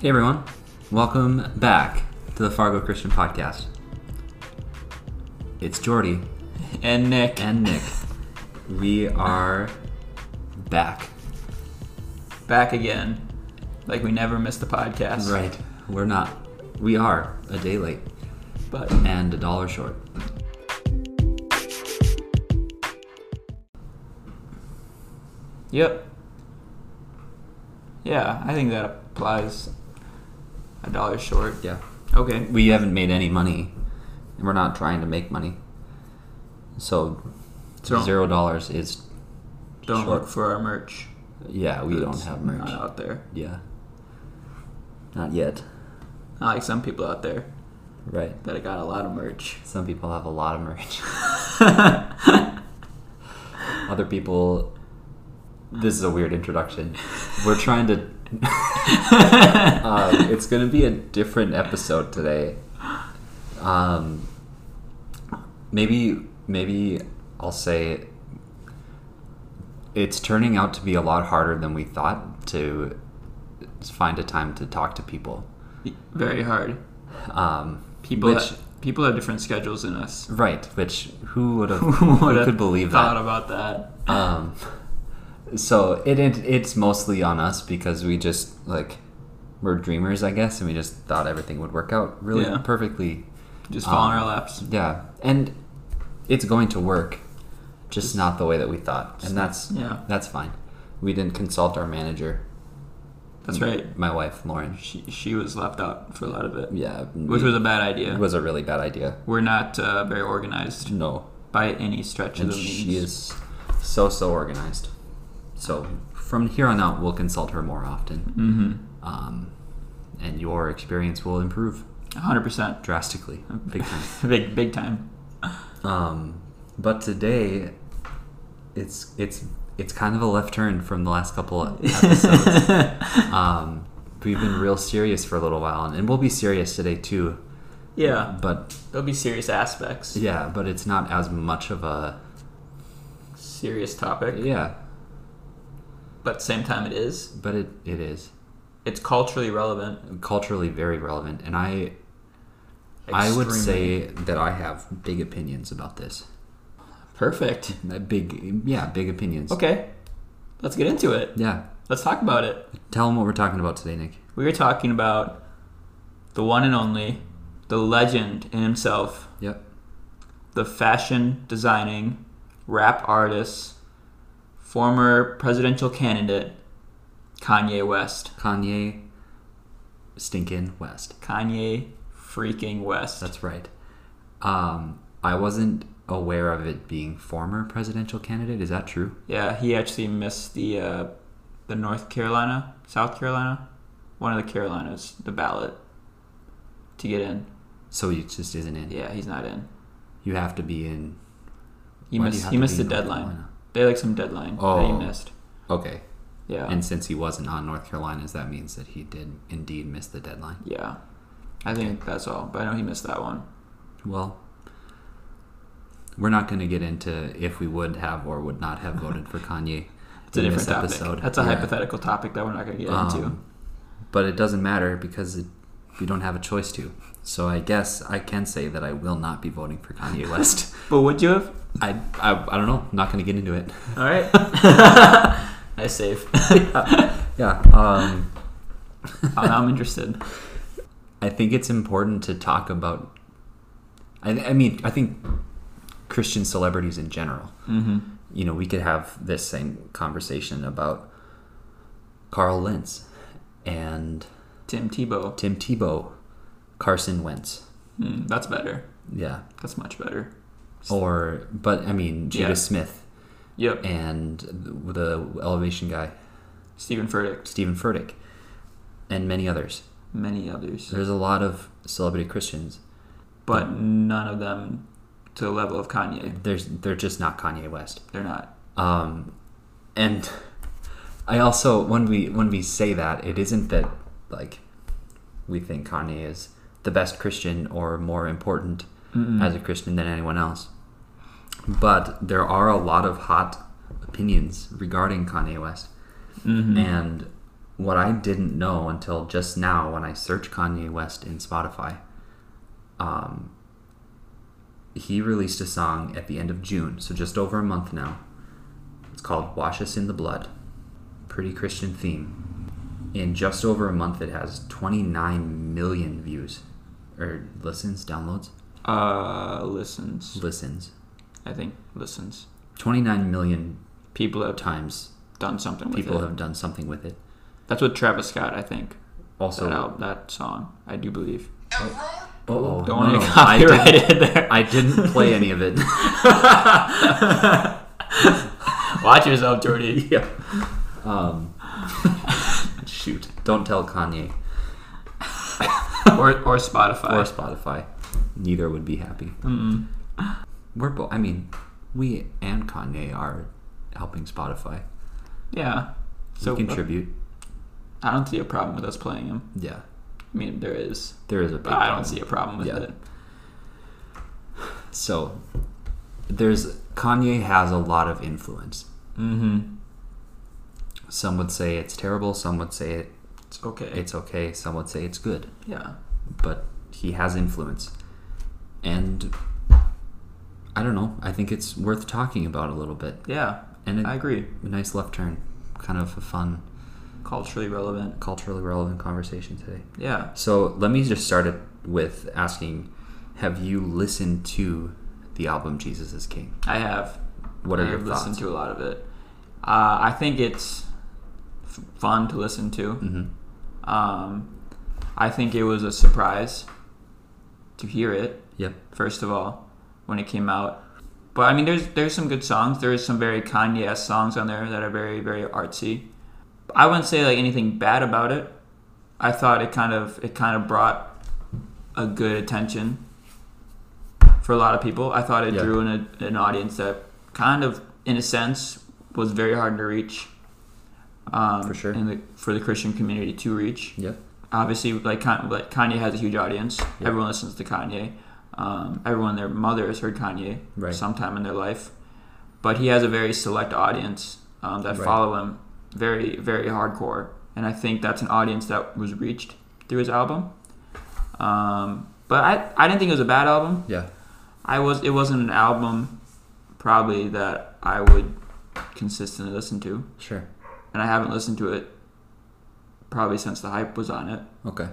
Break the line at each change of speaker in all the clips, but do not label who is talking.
Hey everyone, welcome back to the Fargo Christian Podcast. It's Jordy
And Nick.
and Nick. we are back.
back again. Like we never missed the podcast.
Right. We're not. We are a day late
But
and a dollar short.
yep. Yeah, I think that applies a dollar short.
Yeah.
Okay.
We haven't made any money, and we're not trying to make money. So,
So-
zero dollars is
Don't
Short.
look for our merch.
yeah. We don't
It's
have merch.
Not out there.
Yeah. Not yet.
Not like some people out there
Right.
that have got a lot of merch.
Some people have a lot of merch. Other people, this is a weird introduction. We're trying to. um, it's going to be a different episode today. Um, maybe, maybe I'll say it's turning out to be a lot harder than we thought to find a time to talk to people.
Very hard.
Um,
People
which-
ha- people have different schedules than us.
Right, which who would have
Who
who
would've
could believe
Thought
that?
about that.
Um, so it, it it's mostly on us because we just like we're dreamers, I guess, and we just thought everything would work out really
Yeah.
perfectly.
Just fall on
um,
our laps.
Yeah, and it's going to work, just not the way that we thought, and that's
Yeah.
that's fine. We didn't consult our manager.
That's right.
My wife, Lauren.
She, she was left out for a lot of it,
Yeah,
which was a bad idea.
it was a really bad idea.
We're not uh, very organized
No,
by any stretch of
and
the means.
she is so so organized. So from here on out, we'll consult her more often,
Mm-hmm.
um, and your experience will improve
100%.
drastically, big time.
big, big time.
Um, but today, it's it's it's kind of a left turn from the last couple of episodes. um, we've been real serious for a little while, and, and we'll be serious today too.
Yeah,
But
there'll be serious aspects,
yeah, but it's not as much of a
serious topic,
yeah.
but at the same time, it is.
But it, it is
It's culturally relevant.
culturally very relevant, and I I would
Extremely.
say that I have big opinions about this.
Perfect.
Uh, Big, yeah, big opinions.
Okay, let's get into it.
Yeah.
Let's talk about it.
Tell them what we're talking about today, Nick.
We were talking about the one and only, the legend in himself,
Yep.
the fashion designing, rap artist, former presidential candidate, Kanye West.
Kanye Stinkin' West.
Kanye freaking West.
That's right. Um, I wasn't aware of it being former presidential candidate. Is that true?
Yeah, he actually missed the uh, the North Carolina, South Carolina, one of the Carolinas, the ballot to get in.
So it just isn't in.
Yeah, he's not in.
You have to be in.
He
Why do you
missed.
have
He
to
missed
be
the
in North
deadline.
Carolina?
They had, like some deadline that he
Oh.
missed.
Okay.
Yeah,
And since he wasn't on North Carolina's, that means that he did indeed miss the deadline.
yeah. I think that's all. But I know he missed that one.
Well, we're not going to get into if we would have or would not have voted for Kanye.
It's a
in
different
this
topic. That's a
Yeah.
hypothetical topic that we're not going to get into.
Um, But it doesn't matter because it, we don't have a choice to. So I guess I can say that I will not be voting for Kanye West.
But would you have?
I, I, I don't know. I'm not going to get into it.
All right. nice save.
Yeah. Um,
Oh, now I'm interested.
I think it's important to talk about. I, I mean, I think Christian celebrities in general.
Mm-hmm.
you know, we could have this same conversation about Carl Lentz and
Tim Tebow.
Tim Tebow, Carson Wentz.
Mm, that's better.
Yeah.
That's much better.
Or, but I mean, Judah
Yeah.
Smith
Yep.
and the, the elevation guy,
Stephen Furtick.
Stephen Furtick, and many others.
Many others.
There's a lot of celebrity Christians.
but none of them to the level of Kanye.
There's, they're just not Kanye West.
They're not.
Um, and I also when we when we say that it isn't that like we think Kanye is the best Christian or more important
Mm.
as a Christian than anyone else, but there are
Mm-hmm.
a lot of hot opinions regarding Kanye West, and what I didn't know until just now when I searched Kanye West in Spotify, um, he released a song at the end of June, so just over a month now. It's called Wash Us in the Blood. Pretty Christian theme. In just over a month, it has 29 million views. Or listens, downloads?
Uh, listens.
Listens.
I think listens.
29 million
People have
times
done something with
people
it.
have done something with it.
That's what Travis Scott, I think.
Also,
that, al- that song, I do believe.
Uh-oh,
Don't want
no,
to get
Oh, I didn't-
copyrighted there.
I didn't play any of it.
Watch yourself, Jordy.
yeah. Um,
Shoot.
don't tell Kanye
Or, or
or
Spotify.
Spotify. Neither would be happy.
Mm-mm.
We're both. I mean, we and Kanye are helping Spotify.
Yeah. So uh,
we contribute.
I don't see a problem with us playing him.
Yeah,
I mean, there is,
there is a.
but I don't see a problem with
Yeah.
it.
So there's Kanye has a lot of influence.
Mm-hmm.
Some would say it's terrible. Some would say it,
It's okay.
it's okay. Some would say it's good.
yeah.
but he has influence. And I don't know. I think it's worth talking about a little bit.
Yeah.
And
I
a
agree.
nice left turn, kind of a fun,
Culturally relevant.
culturally relevant conversation today.
Yeah.
So let me just start it with asking Have you listened to the album Jesus is King?
I have.
What are
I
your
have
thoughts?
listened to a lot of it. Uh, I think it's f- fun to listen to.
hmm
Um, I think it was a surprise to hear it.
Yep.
First of all, when it came out, but I mean, there's there's some good songs. There is some very Kanye esque songs on there that are very very artsy. I wouldn't say like anything bad about it. I thought it kind of it kind of brought a good attention for a lot of people. I thought it
Yeah.
drew in a, an audience that kind of, in a sense, was very hard to reach. Um,
For sure.
in the, for the Christian community to reach
Yep.
obviously like Kan- like Kanye has a huge audience.
Yeah.
Everyone listens to Kanye. Um, everyone, their mother has heard Kanye
Right.
sometime in their life, but he has a very select audience um, that
Right.
follow him very very hardcore, and I think that's an audience that was reached through his album. Um, but I, I didn't think it was a bad album.
Yeah.
I was it wasn't an album probably that I would consistently listen to,
Sure.
and I haven't listened to it probably since the hype was on it.
Okay.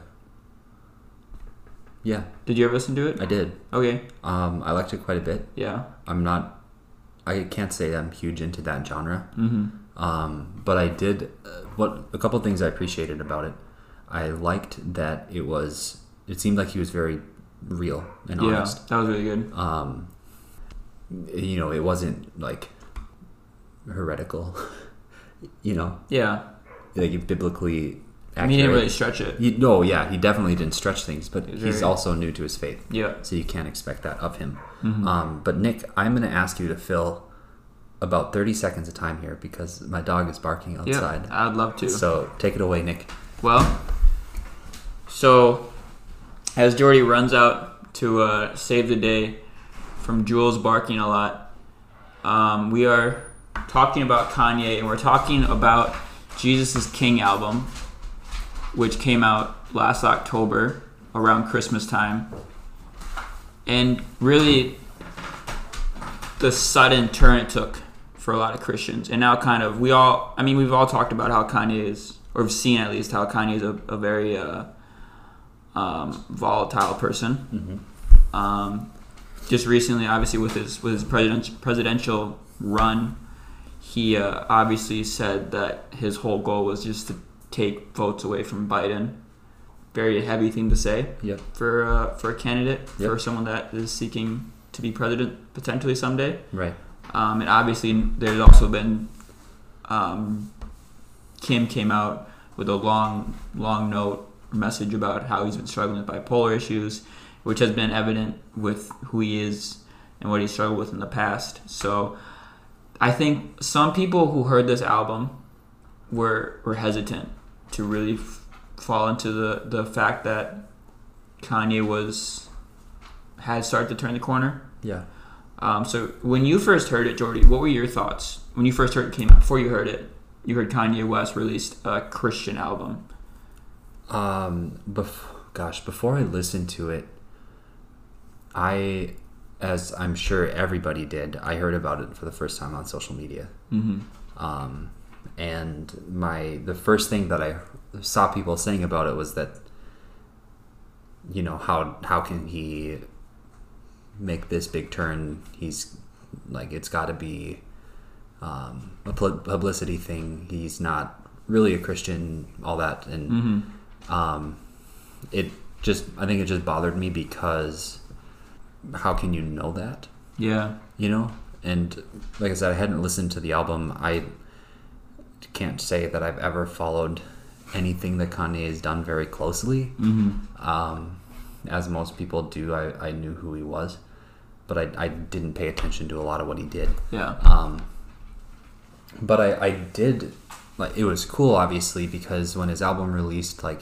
Yeah,
Did you ever listen to it?
I did.
Okay.
Um, I liked it quite a bit.
Yeah.
I'm not. I can't say I'm huge into that genre.
Mm-hmm.
Um, but I did uh, what a couple things I appreciated about it. I liked that it was. It seemed like he was very real and
yeah,
honest.
that was really good.
Um, you know, it wasn't like heretical. you know,
Yeah.
like biblically. Accurate.
I mean, he didn't really stretch it.
He- no, yeah, he definitely didn't stretch things, but
It was
he's
very-
also new to his faith,
Yeah.
so you can't expect that of him.
Mhm.
Um, but Nick, I'm going to ask you to fill about 30 seconds of time here because my dog is barking outside.
Yeah. I'd love to.
So take it away, Nick.
Well, so as Jordy runs out to uh, save the day from Jules barking a lot, um, we are talking about Kanye and we're talking about Jesus is King album, which came out last October around Christmas time. And really, the sudden turn it took for a lot of Christians. And now, kind of, we all, I mean, we've all talked about how Kanye is, or have seen at least, how Kanye is a, a very uh, um, volatile person. Um, just recently, obviously, with his with his president, presidential run, he uh, obviously said that his whole goal was just to take votes away from Biden. Very heavy thing to say
Yep.
for uh, for a candidate
Yep.
for someone that is seeking to be president potentially someday.
Right.
Um, and obviously, there's also been um, Kim came out with a long, long note message about how he's been struggling with bipolar issues, which has been evident with who he is and what he struggled with in the past. So, I think some people who heard this album were were hesitant to really f- fall into the the fact that Kanye was had started to turn the corner.
Yeah.
Um, so when you first heard it, Jordy, what were your thoughts when you first heard it came before you heard it? you heard Kanye West released a Christian album.
Um, bef- gosh, before I listened to it, I, as I'm sure everybody did, I heard about it for the first time on social media.
Mm-hmm.
Um, and my the first thing that I saw people saying about it was that, you know how how can he make this big turn? He's like it's got to be um, a pl- publicity thing. He's not really a Christian, all that, and
Mm-hmm.
um, it just I think it just bothered me because how can you know that
Yeah.
you know and like I said I hadn't listened to the album I can't say that I've ever followed anything that Kanye has done very closely
Mm-hmm.
um, as most people do I, I knew who he was but I, I didn't pay attention to a lot of what he did
Yeah.
um, but I, I did like it was cool obviously because when his album released like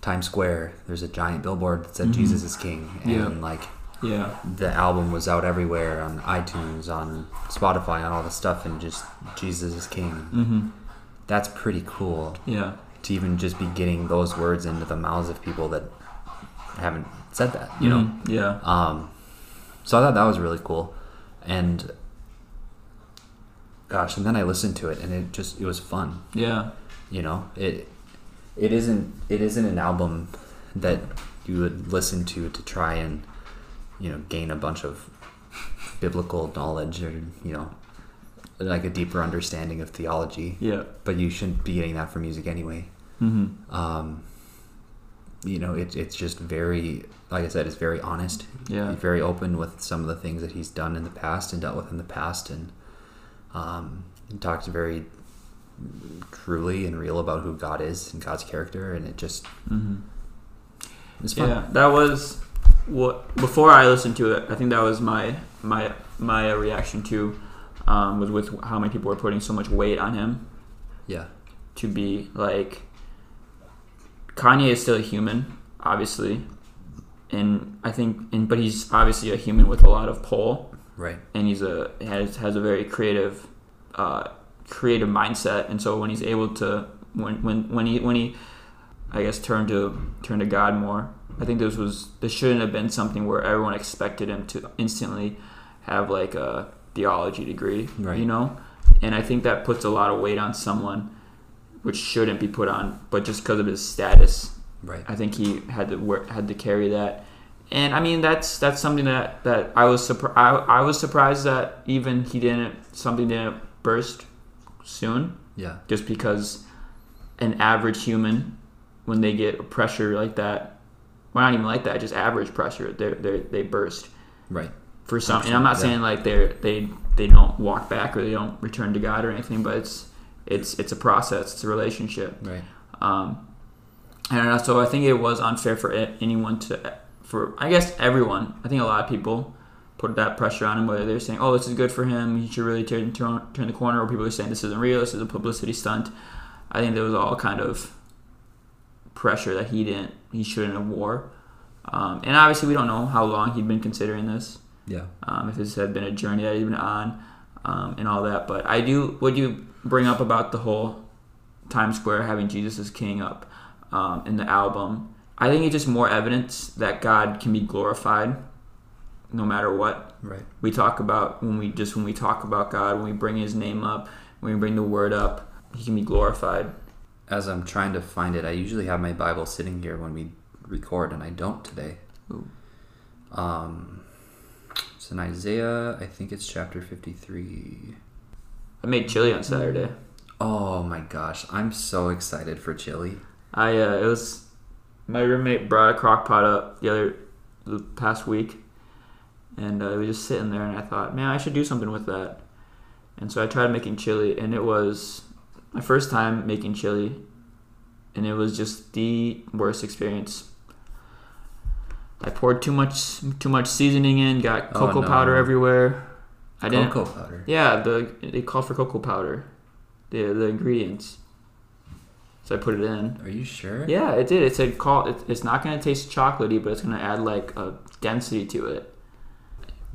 Times Square, there's a giant billboard that said
Mhm.
Jesus is King and
Yeah.
like
Yeah.
the album was out everywhere on iTunes, on Spotify, on all the stuff and just Jesus is King.
Mm-hmm.
That's pretty cool
Yeah.
to even just be getting those words into the mouths of people that haven't said that, you know.
Mhm. Yeah.
Um, so I thought that was really cool, and gosh, and then I listened to it, and it just it was fun.
Yeah.
You know, it it isn't it isn't an album that you would listen to to try and you know gain a bunch of biblical knowledge or you know like a deeper understanding of theology.
Yeah.
But you shouldn't be getting that from music anyway
Mm-hmm.
um, you know, it, it's just very, like I said, it's very honest.
Yeah.
He's very open with some of the things that he's done in the past and dealt with in the past, and um, he talks very truly and real about who God is and God's character, and it just
Mm-hmm.
it's fun.
Yeah, that was what before I listened to it. I think that was my my my reaction to um, was with how many people were putting so much weight on him
Yeah.
to be like Kanye is still a human, obviously, and I think and but he's obviously a human with a lot of pull,
Right.
and he's a has has a very creative uh, creative mindset, and so when he's able to when when when he when he I guess turn to turn to God more. I think this was this shouldn't have been something where everyone expected him to instantly have like a theology degree,
Right.
you know. And I think that puts a lot of weight on someone, which shouldn't be put on. But just because of his status,
Right.
I think he had to work, had to carry that. And I mean that's that's something that that I was surprised I, I was surprised that even he didn't something didn't burst soon
Yeah.
just because an average human when they get pressure like that well not even like that just average pressure they they they burst
Right.
for some and i'm not
Yeah.
saying like they're they they don't walk back or they don't return to god or anything but it's it's it's a process it's a relationship
Right.
um, and also, I think it was unfair for a- anyone to, for I guess everyone. I think a lot of people put that pressure on him, whether they're saying, "Oh, this is good for him. He should really turn turn, turn the corner," or people are saying, "This isn't real. This is a publicity stunt." I think there was all kind of pressure that he didn't, he shouldn't have wore. Um, and obviously, we don't know how long he'd been considering this
Yeah.
um, if this had been a journey that he'd been on, um, and all that. But I do what you bring up about the whole Times Square having Jesus as King up um, in the album. I think it's just more evidence that God can be glorified, no matter what
Right.
we talk about when we just when we talk about God, when we bring His name up, when we bring the Word up, He can be glorified.
As I'm trying to find it, I usually have my Bible sitting here when we record, and I don't today.
Ooh.
Um, it's in Isaiah, I think it's chapter 53.
I made chili on Saturday.
Oh my gosh, I'm so excited for chili.
I uh, it was my roommate brought a crock pot up the other the past week, and uh, it was just sitting there, and I thought, man, I should do something with that. And so I tried making chili, and it was my first time making chili, and it was just the worst experience. I poured too much too much seasoning in, got
Oh,
cocoa
no.
powder everywhere. I didn't.
Cocoa powder.
Yeah, the they call for cocoa powder, the the ingredients. So I put it in.
Are you sure?
Yeah, it did. It said call. It, it's not gonna taste chocolatey, but it's gonna add like a density to it.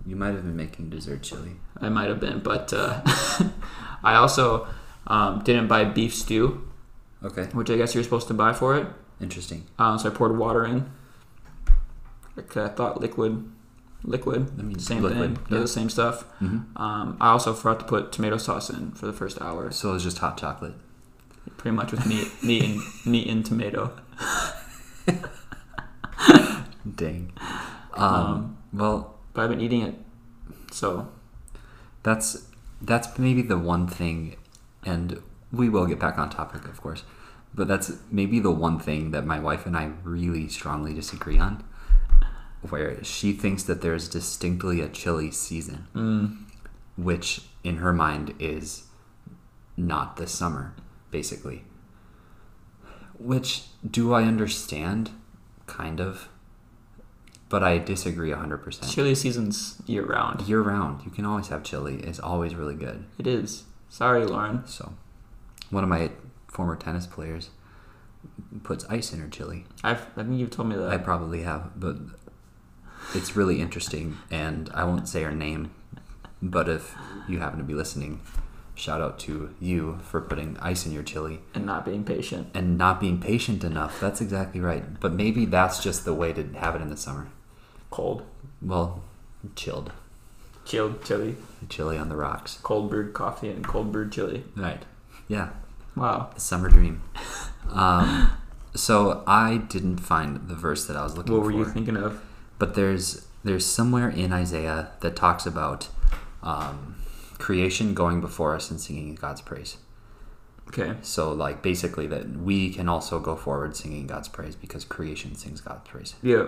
You might have been making dessert chili.
I might have been, but uh, I also um, didn't buy beef stew,
Okay.
which I guess you're supposed to buy for it.
Interesting.
Uh, so I poured water in. Like, I thought liquid, liquid,
I mean,
same
liquid,
thing, does
yeah.
the same stuff.
hmm
Um, I also forgot to put tomato sauce in for the first hour,
So it's just hot chocolate.
pretty much with meat, meat and meat and tomato.
Dang. Um,
Um,
well,
But I've been eating it, so
that's that's maybe the one thing, and we will get back on topic, of course. But that's maybe the one thing that my wife and I really strongly disagree on, where she thinks that there's distinctly a chili season,
mm,
which in her mind is not this summer, basically. Which do I understand? Kind of. But I disagree 100%.
chili season's year round.
year round. You can always have chili. It's always really good.
It is. Sorry, Lauren.
So, one of my former tennis players puts ice in her chili.
I've, I think you've told me that.
I probably have, but it's really interesting. And I won't say her name, but if you happen to be listening, shout out to you for putting ice in your chili
and not being patient.
and not being patient enough. That's exactly right. But maybe that's just the way to have it in the summer.
Cold.
Well, chilled.
Chilled chili.
Chili on the rocks.
Cold brewed coffee and cold brewed chili.
Right. Yeah.
Wow.
The summer dream. Um, so I didn't find the verse that I was looking
What were
for,
you thinking of?
but there's there's somewhere in Isaiah that talks about um, creation going before us and singing God's praise.
Okay.
So like basically that we can also go forward singing God's praise because creation sings God's praise.
Yeah.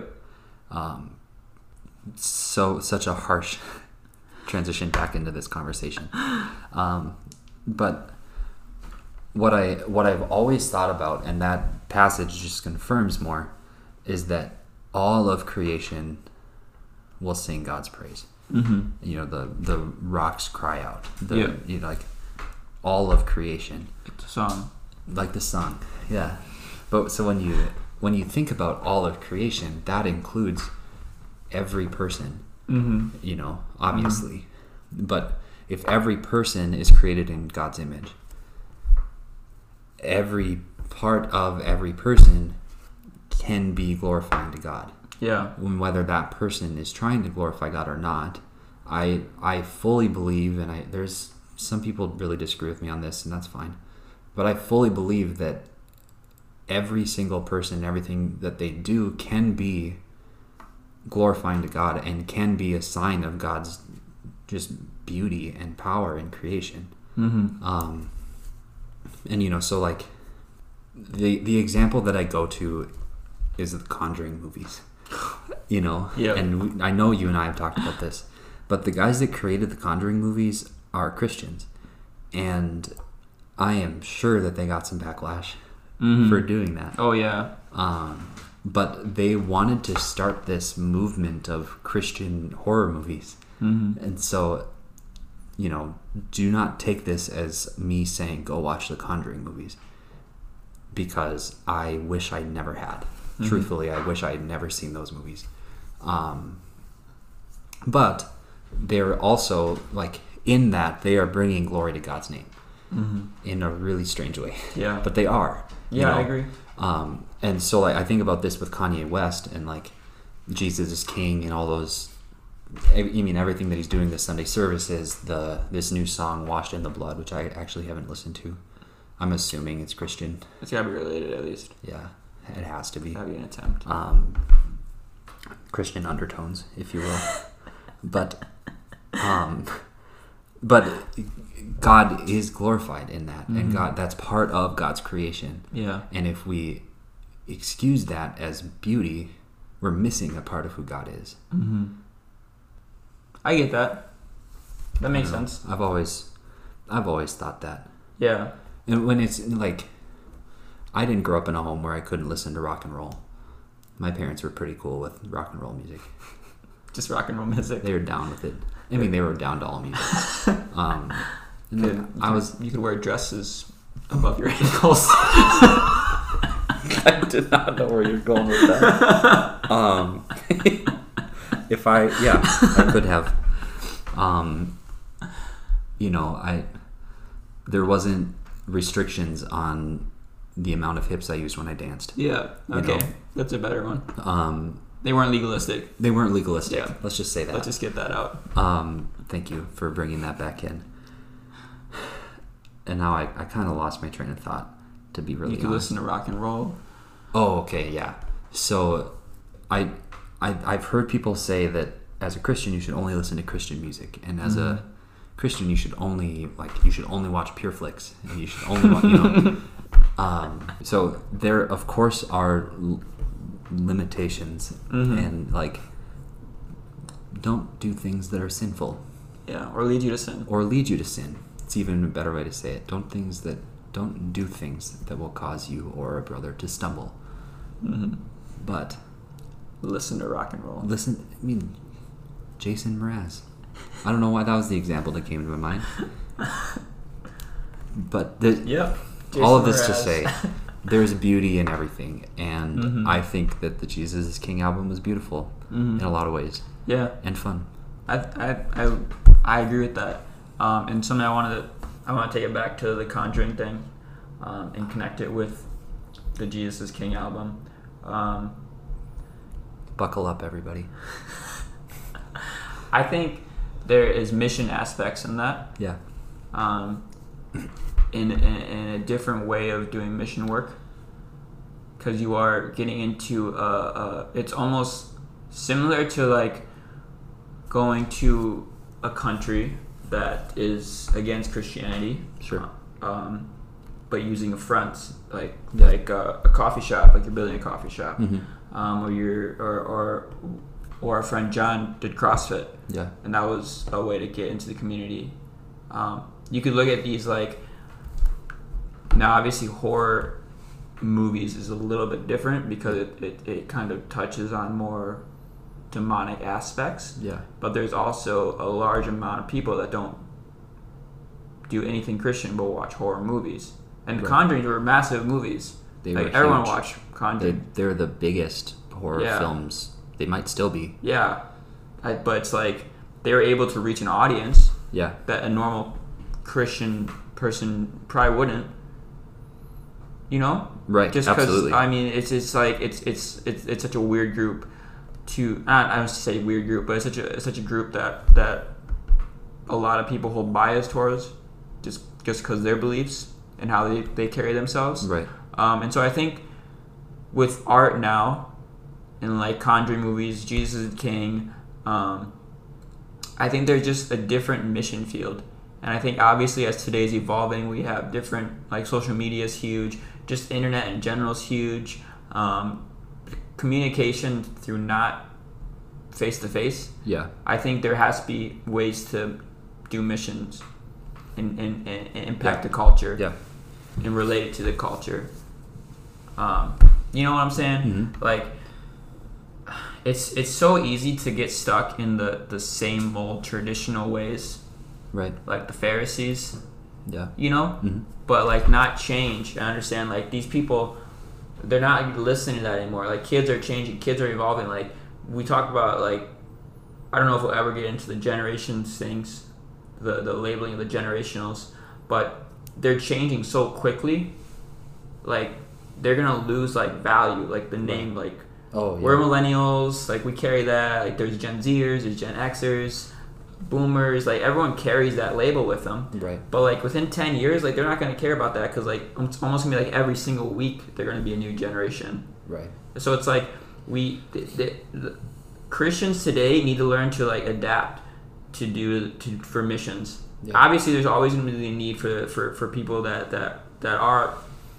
Um, so such a harsh transition back into this conversation. Um, but what I what I've always thought about, and that passage just confirms more, is that all of creation will sing God's praise.
Mm-hmm.
You know, the the rocks cry out. The,
Yeah.
You know, like all of creation
It's a song.
like the sun yeah but so when you when you think about all of creation that includes every person
Mm-hmm.
you know obviously but if every person is created in god's image every part of every person can be glorifying to god
Yeah.
and whether that person is trying to glorify God or not. I I fully believe, and I there's some people really disagree with me on this, and that's fine. But I fully believe that every single person, everything that they do, can be glorifying to God and can be a sign of God's just beauty and power in creation
Mm-hmm.
um, and you know so like the the example that i go to is the conjuring movies you know
Yeah.
and we, i know you and i have talked about this but the guys that created the conjuring movies are christians and i am sure that they got some backlash
Mhm.
for doing that
Oh yeah.
um, but they wanted to start this movement of christian horror movies
Mm-hmm.
and so, you know, do not take this as me saying go watch the Conjuring movies because I wish I never had. Truthfully, I wish I had never seen those movies. Um, but they're also, like, in that they are bringing glory to God's name
Mm-hmm.
in a really strange way.
Yeah.
But they are. you
yeah,
know?
I agree.
Um, and so like I think about this with Kanye West and like Jesus is King and all those. I I mean everything that he's doing this Sunday service is the this new song "Washed in the Blood," which I actually haven't listened to. I'm assuming it's Christian.
It's gotta be related at least.
Yeah, it has to be
That'd be an attempt.
um, Christian undertones, if you will. but um, but God is glorified in that, and
Mhm.
God that's part of God's creation.
Yeah.
And if we excuse that as beauty, we're missing a part of who God is.
Mm-hmm. I get that. That makes
You know,
sense.
I've always I've always thought that.
Yeah.
And when it's like I didn't grow up in a home where I couldn't listen to rock and roll. My parents were pretty cool with rock and roll music.
Just rock and roll music.
They were down with it. I mean, they were down to all music. Um, and
Could-
then I was
You could wear dresses above your ankles.
I did not know where you're going with that. Um, if I, yeah, I could have. Um, you know, I there wasn't restrictions on the amount of hips I used when I danced.
Yeah.
You
Okay.
know.
That's a better one.
Um,
They weren't legalistic.
they weren't legalistic.
Yeah.
Let's just say that.
Let's just get that out.
Um, thank you for bringing that back in. And now I, I kind of lost my train of thought, to be really
you can
honest.
listen to rock and roll.
Oh, okay, yeah. So, I, I, I've heard people say that as a Christian you should only listen to Christian music, and as a Christian you should only like you should only watch pure flicks, and you should only watch, you know. Um, so there, of course, are l- limitations,
Mhm.
and like, don't do things that are sinful
Yeah. Or lead you to sin.
or lead you to sin. It's even a better way to say it. Don't things that don't do things that will cause you or a brother to stumble.
hmm
But
Listen to rock and roll.
listen, I mean, Jason Mraz. I don't know why that was the example that came to my mind. But the,
Yep.
all of this to
Jason
say,
Mraz.
there's beauty in everything, and
Mhm.
I think that the Jesus is King album was beautiful
Mhm.
in a lot of ways
yeah.
and fun.
I, I, I, I agree with that. Um, and something I wanted to, I want to take it back to the Conjuring thing, um, and connect it with the Jesus is King album. Um,
Buckle up, everybody.
I think there is mission aspects in that,
Yeah,
um, in, in, in a different way of doing mission work, because you are getting into uh, uh, it's almost similar to like going to a country that is against Christianity.
sure.
um, but using affronts like
Yeah.
like uh, a coffee shop, like you're building a coffee shop,
hmm
um, or you're or, or or our friend John did CrossFit,
Yeah,
and that was a way to get into the community. Um, you could look at these like now, obviously horror movies is a little bit different because it, it, it kind of touches on more demonic aspects
yeah,
but there's also a large amount of people that don't do anything Christian but watch horror movies. And
Right.
Conjuring were massive movies.
They
like
were
everyone
huge.
watched
They,
Conjuring.
they're the biggest horror
Yeah.
films. They might still be.
Yeah, I, but it's like they were able to reach an audience
Yeah.
that a normal Christian person probably wouldn't. You know,
Right.
just because
absolutely.
I mean, it's it's like it's it's it's, it's such a weird group. To I I don't say weird group, but it's such a it's such a group that that a lot of people hold bias towards, just just because their beliefs and how they, they carry themselves.
right.
Um, and so I think with art now, and like Conjuring movies, Jesus is King, um, I think there's just a different mission field. And I think obviously as today's evolving, we have different like social media is huge, just internet in general is huge. Um, communication through not face to face.
Yeah.
I think there has to be ways to do missions and, and, and, and impact
Yeah.
the culture
Yeah.
and relate it to the culture. Um, you know what I'm saying?
Mhm.
Like, it's it's so easy to get stuck in the the same old traditional ways,
Right.
like the Pharisees.
Yeah.
You know,
hmm
but like not change. I understand like these people, they're not listening to that anymore. Like kids are changing, kids are evolving. Like we talk about like, I don't know if we'll ever get into the generations things, the the labeling of the generationals, but they're changing so quickly. Like they're gonna lose like value, like the name, like
Oh yeah.
we're millennials, like we carry that. Like there's Gen Zers, there's Gen Xers, Boomers, like everyone carries that label with them.
right.
But like within ten years, like they're not gonna care about that because like it's almost gonna be like every single week they're gonna be a new generation.
Right.
So it's like we the, the, the Christians today need to learn to like adapt to do to for missions.
Yeah.
Obviously, there's always gonna be a need for for, for people that that that are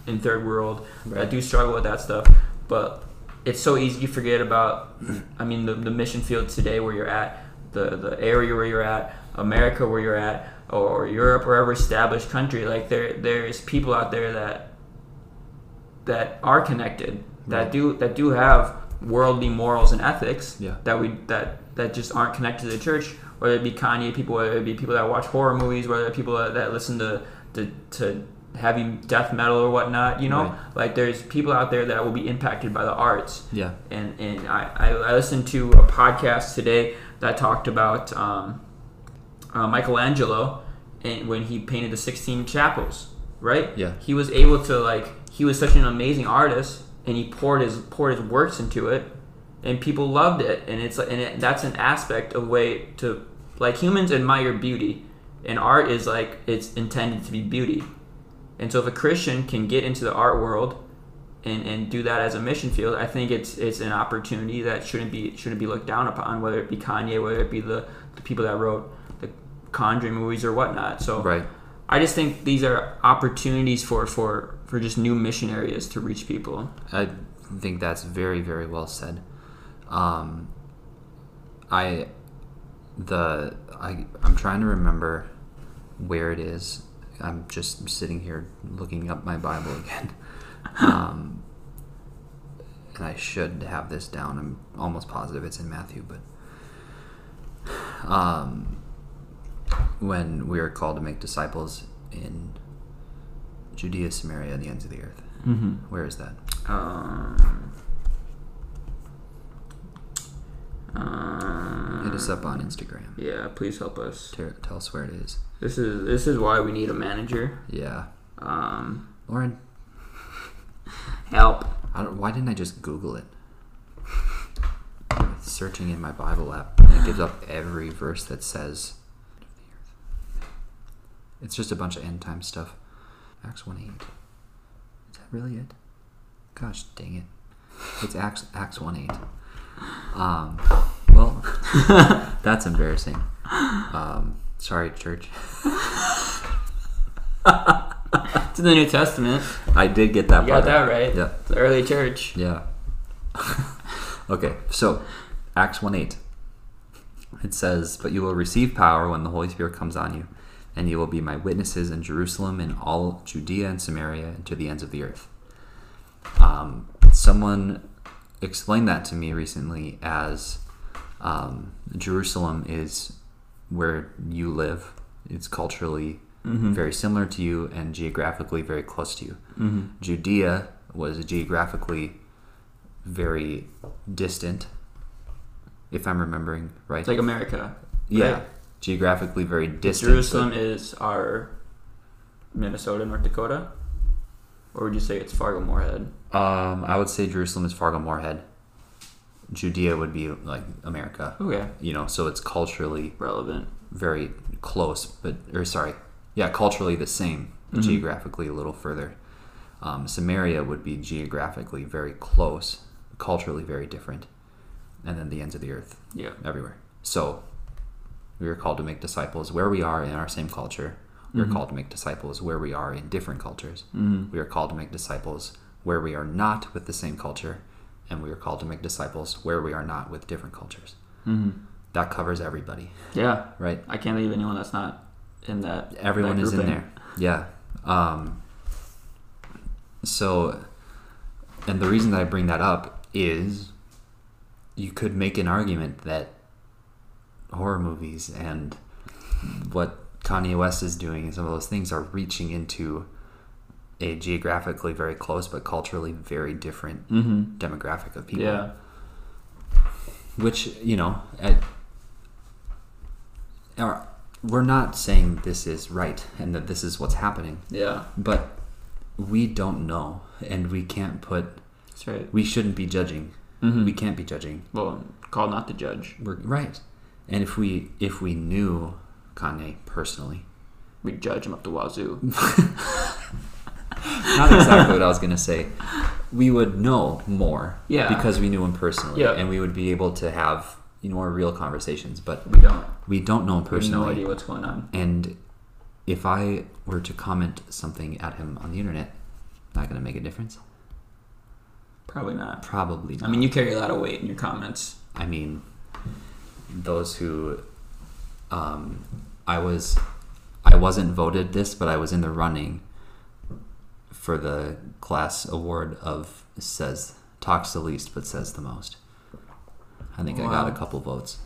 in third world
Right.
that do struggle with that stuff. But it's so easy to forget about. I mean, the, the mission field today where you're at, the the area where you're at, America where you're at, or Europe, or every established country. Like there there's people out there that that are connected that
Right.
do that do have worldly morals and ethics
Yeah.
that we that that just aren't connected to the church whether it be Kanye people whether it be people that watch horror movies whether it be people that, that listen to, to to heavy death metal or whatnot you know
Right.
like there's people out there that will be impacted by the arts
Yeah.
and and I, I, I listened to a podcast today that talked about um, uh, Michelangelo and when he painted the 16 chapels right?
Yeah.
He was able to like he was such an amazing artist, and he poured his poured his works into it, and people loved it, and it's and it, that's an aspect of way to like humans admire beauty, and art is like it's intended to be beauty, and so if a Christian can get into the art world. And, and do that as a mission field. I think it's it's an opportunity that shouldn't be shouldn't be looked down upon, whether it be Kanye, whether it be the, the people that wrote the Conjuring movies or whatnot. So
Right.
I just think these are opportunities for for for just new mission areas to reach people.
I think that's very, very well said. Um, I, the I, I'm trying to remember where it is. I'm just sitting here looking up my Bible again, um, and I should have this down. I'm almost positive it's in Matthew, but um, when we are called to make disciples in Judea, Samaria, and the ends of the earth.
Mm-hmm.
Where is that?
Um, uh,
Hit us up on Instagram.
Yeah, please help us.
Tell, tell us where it is.
This is this is why we need a manager.
Yeah,
Um,
Lauren.
help.
I don't, why didn't I just Google it? Searching in my Bible app, and it gives up every verse that says. It's just a bunch of end time stuff. Acts one eight. Is that really it? Gosh dang it! It's Acts Acts one eight. Um, well, that's embarrassing. Um, sorry, church.
It's in the New Testament.
I did get that
You
part
got that
out.
right.
Yeah.
The early church.
Yeah. okay, so Acts 1 8. It says, But you will receive power when the Holy Spirit comes on you, and you will be my witnesses in Jerusalem and all Judea and Samaria and to the ends of the earth. Um, someone explained that to me recently as um, Jerusalem is where you live, it's culturally very similar to you and geographically very close to you.
mm-hmm.
Judea was geographically very distant, if I'm remembering right.
It's like America.
yeah,
right.
geographically very distant.
Jerusalem is our Minnesota, North Dakota, or would you say it's Fargo, Moorhead?
but, um, I would say Jerusalem is Fargo Moorhead. Judea would be like America,
Okay,
you know. So it's culturally
relevant.
very close, but or sorry, yeah, culturally the same, but
Mm-hmm.
geographically a little further. Um, Samaria would be geographically very close, culturally very different, and then the ends of the earth.
Yeah.
everywhere. So we are called to make disciples where we are in our same culture. We are called to make disciples where we are in different cultures. We are called to make disciples where we are not with the same culture. And we are called to make disciples where we are not with different cultures.
Mm-hmm.
That covers everybody,
Yeah,
right?
I can't believe anyone that's not in that.
Everyone
that
is in
grouping.
there. Yeah. Um, so, and the reason that I bring that up is you could make an argument that horror movies and what Kanye West is doing and some of those things are reaching into a geographically very close but culturally very different
Mhm.
demographic of Mm-hmm. people
Yeah,
which you know I, are- we're not saying this is right and that this is what's happening
yeah,
but we don't know and we can't put
that's right.
we shouldn't be judging
Mhm.
we can't be judging
Well, called not to judge.
we're right and if we if we knew kanye personally
We judge him up the wazoo.
not exactly what i was going to say we would know more
Yeah.
because we knew him personally
Yeah.
and we would be able to have you know more real conversations but
We don't.
we don't know him
We have
personally
no idea what's going on.
And if I were to comment something at him on the internet, not gonna make a difference.
Probably not.
Probably not.
I mean, you carry a lot of weight in your comments.
I mean, those who, um, I was, I wasn't voted this, but I was in the running for the class award of says talks the least but says the most. I think I got a
Wow.
couple votes.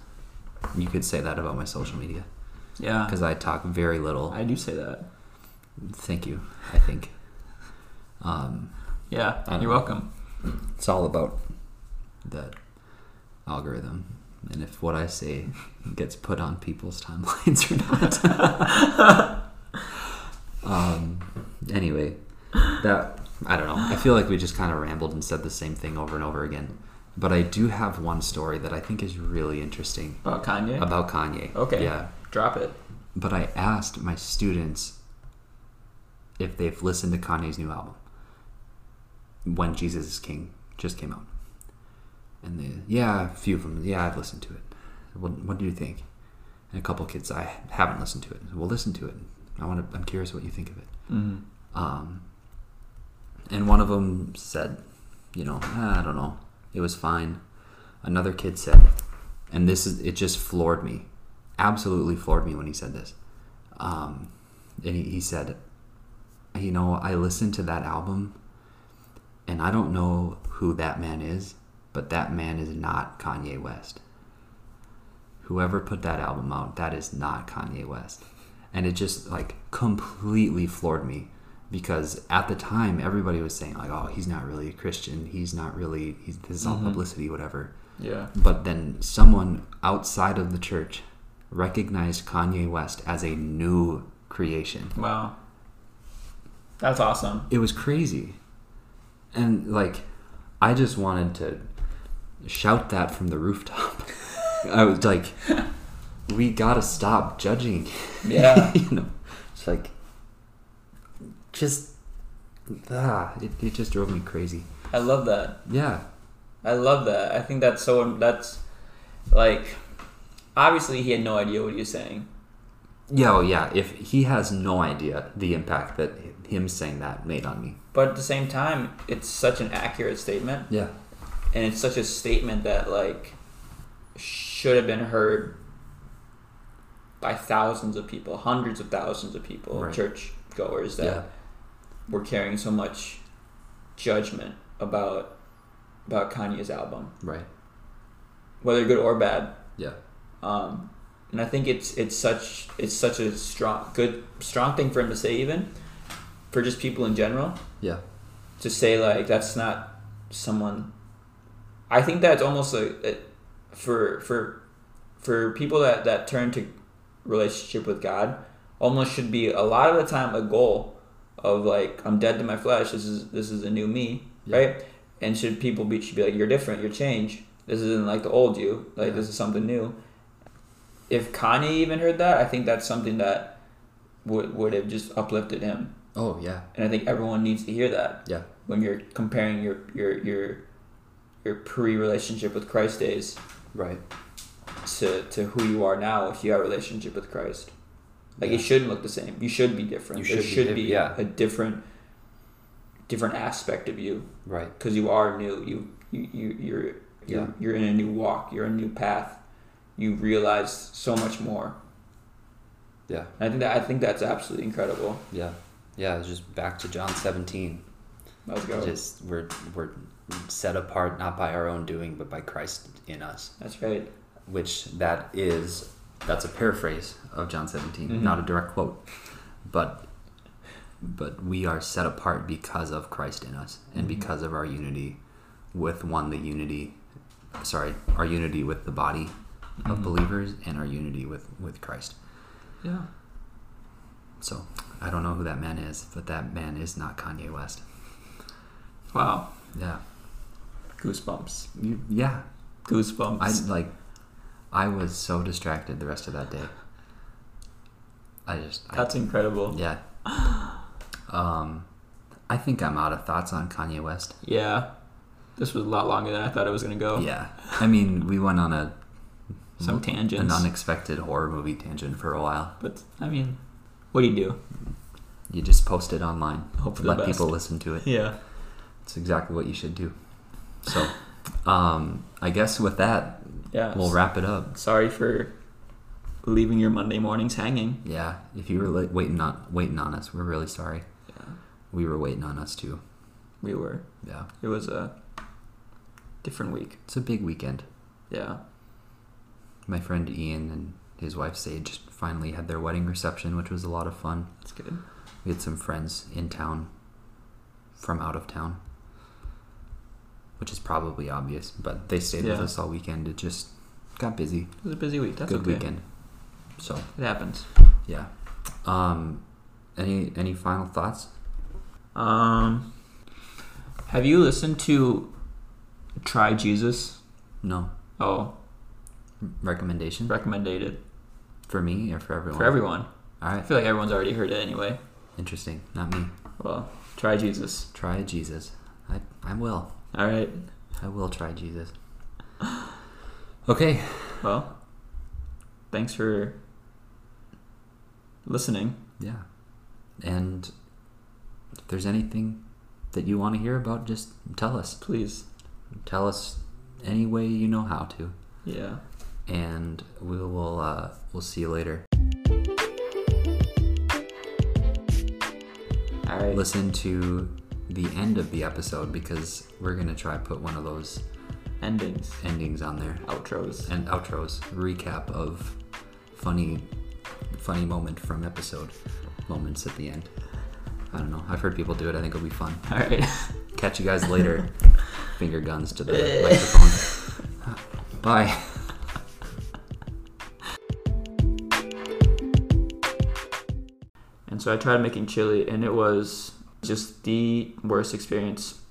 You could say that about my social media
Yeah,
because I talk very little.
I do say that.
Thank you. I think. Um,
Yeah,
I don't
you're
know.
welcome.
it's all about the algorithm and if what I say gets put on people's timelines or not. um, Anyway, that I don't know. I feel like we just kind of rambled and said the same thing over and over again. But I do have one story that I think is really interesting
About Oh, Kanye?
about Kanye.
Okay.
Yeah.
Drop it.
But I asked my students if they've listened to Kanye's new album when Jesus is King just came out. And they, yeah, a few of them, yeah, I've listened to it. What, what do you think? And a couple kids, I haven't listened to it. Well, listen to it. I want to. I'm curious what you think of it.
Mm-hmm.
Um, and one of them said, you know, "Ah, I don't know, it was fine. Another kid said, and this is it just floored me, absolutely floored me when he said this. Um, and he, he said, you know, I listened to that album, and I don't know who that man is, but that man is not Kanye West. Whoever put that album out, that is not Kanye West. And it just like completely floored me because at the time everybody was saying like, oh, he's not really a Christian. He's not really. He's, this is all
Mhm.
publicity, whatever.
Yeah.
But then someone outside of the church recognized Kanye West as a new creation.
Wow. That's awesome.
It was crazy. And like I just wanted to shout that from the rooftop. I was like we got to stop judging.
Yeah.
you know. It's like just ah, it, it just drove me crazy.
I love that.
Yeah.
I love that. I think that's so. That's like obviously he had no idea what he was saying.
Yeah, oh yeah. If he has no idea the impact that him saying that made on me.
But at the same time, it's such an accurate statement,
Yeah.
and it's such a statement that like should have been heard by thousands of people, hundreds of thousands of people,
Right.
church goers that
Yeah.
were carrying so much judgment about about Kanye's album,
Right.
whether good or bad.
Yeah.
um, and I think it's it's such it's such a strong good strong thing for him to say even for just people in general
Yeah.
to say like that's not someone I think that's almost a, a for for for people that that turn to relationship with God almost should be a lot of the time a goal of like I'm dead to my flesh this is this is a new me
Yeah.
right and should people be should be like you're different you're changed this isn't like the old you like
Yeah.
this is something new if Kanye even heard that I think that's something that would would have just uplifted him
Oh yeah.
and I think everyone needs to hear that
Yeah.
when you're comparing your your your your pre-relationship with Christ days
Right.
to, to who you are now if you have a relationship with Christ. Like
Yeah.
it shouldn't look the same. You should be different.
You
there
should be
should
diff-
be,
yeah.
a different different aspect of you
Right.
because you are new. You you, you you're
Yeah.
you're, you're in a new walk. You're in a new path. You realize so much more.
Yeah.
And I think that I think that's absolutely incredible.
Yeah. Yeah. It's just back to John seventeen.
Let's go.
Just we're we're set apart not by our own doing but by Christ in us.
that's right.
which that is that's a paraphrase of John 17,
Mhm.
not a direct quote. But but we are set apart because of Christ in us and
Mhm.
because of our unity with one the unity sorry, our unity with the body of
Mhm.
believers and our unity with with Christ.
Yeah.
So, I don't know who that man is, but that man is not Kanye West.
Wow.
Yeah.
Goosebumps.
You, yeah.
Goosebumps.
I like I was so distracted the rest of that day. I just I
that's incredible.
Yeah. Um, I think I'm out of thoughts on Kanye West.
Yeah. This was a lot longer than I thought it was going to go.
Yeah. I mean, we went on a
Oh. Some
an
tangents.
unexpected horror movie tangent for a while.
but, I mean, what do you do?
You just post it online.
Hope for the
Let
best.
people listen to it.
Yeah.
It's exactly what you should do. So, um, I guess with that,
Yeah.
we'll wrap it up.
Sorry for leaving your Monday mornings hanging.
Yeah. If you were li- waiting on waiting on us, we're really sorry.
Yeah.
We were waiting on us too.
We were.
Yeah.
It was a different week.
It's a big weekend.
Yeah.
My friend Ian and his wife Sage finally had their wedding reception, which was a lot of fun.
That's good.
We had some friends in town from out of town, which is probably obvious, but they stayed with
Yeah.
us all weekend. It just got busy.
It was a busy week. That's
Good
okay.
weekend. So
It happens.
yeah. Um, any any final thoughts?
Um, have you listened to Try Jesus?
No
Oh,
recommendation
recommended it
for me or for everyone.
for everyone.
All
I
right,
feel like everyone's already heard it anyway.
interesting. Not me.
Well, try Jesus.
Try Jesus. I I will.
All right.
I will try Jesus. Okay.
Well, thanks for listening.
Yeah. And if there's anything that you want to hear about, just tell us.
Please.
Tell us any way you know how to.
Yeah.
And we will uh, we'll see you later.
All right.
Listen to the end of the episode because we're gonna try put one of those
Endings.
endings on there.
Outros.
and outros recap of funny funny moment from episode moments at the end i don't know i've heard people do it i think it'll be fun
All right.
catch you guys later finger guns to the microphone bye
And so I tried making chili, and it was just the worst experience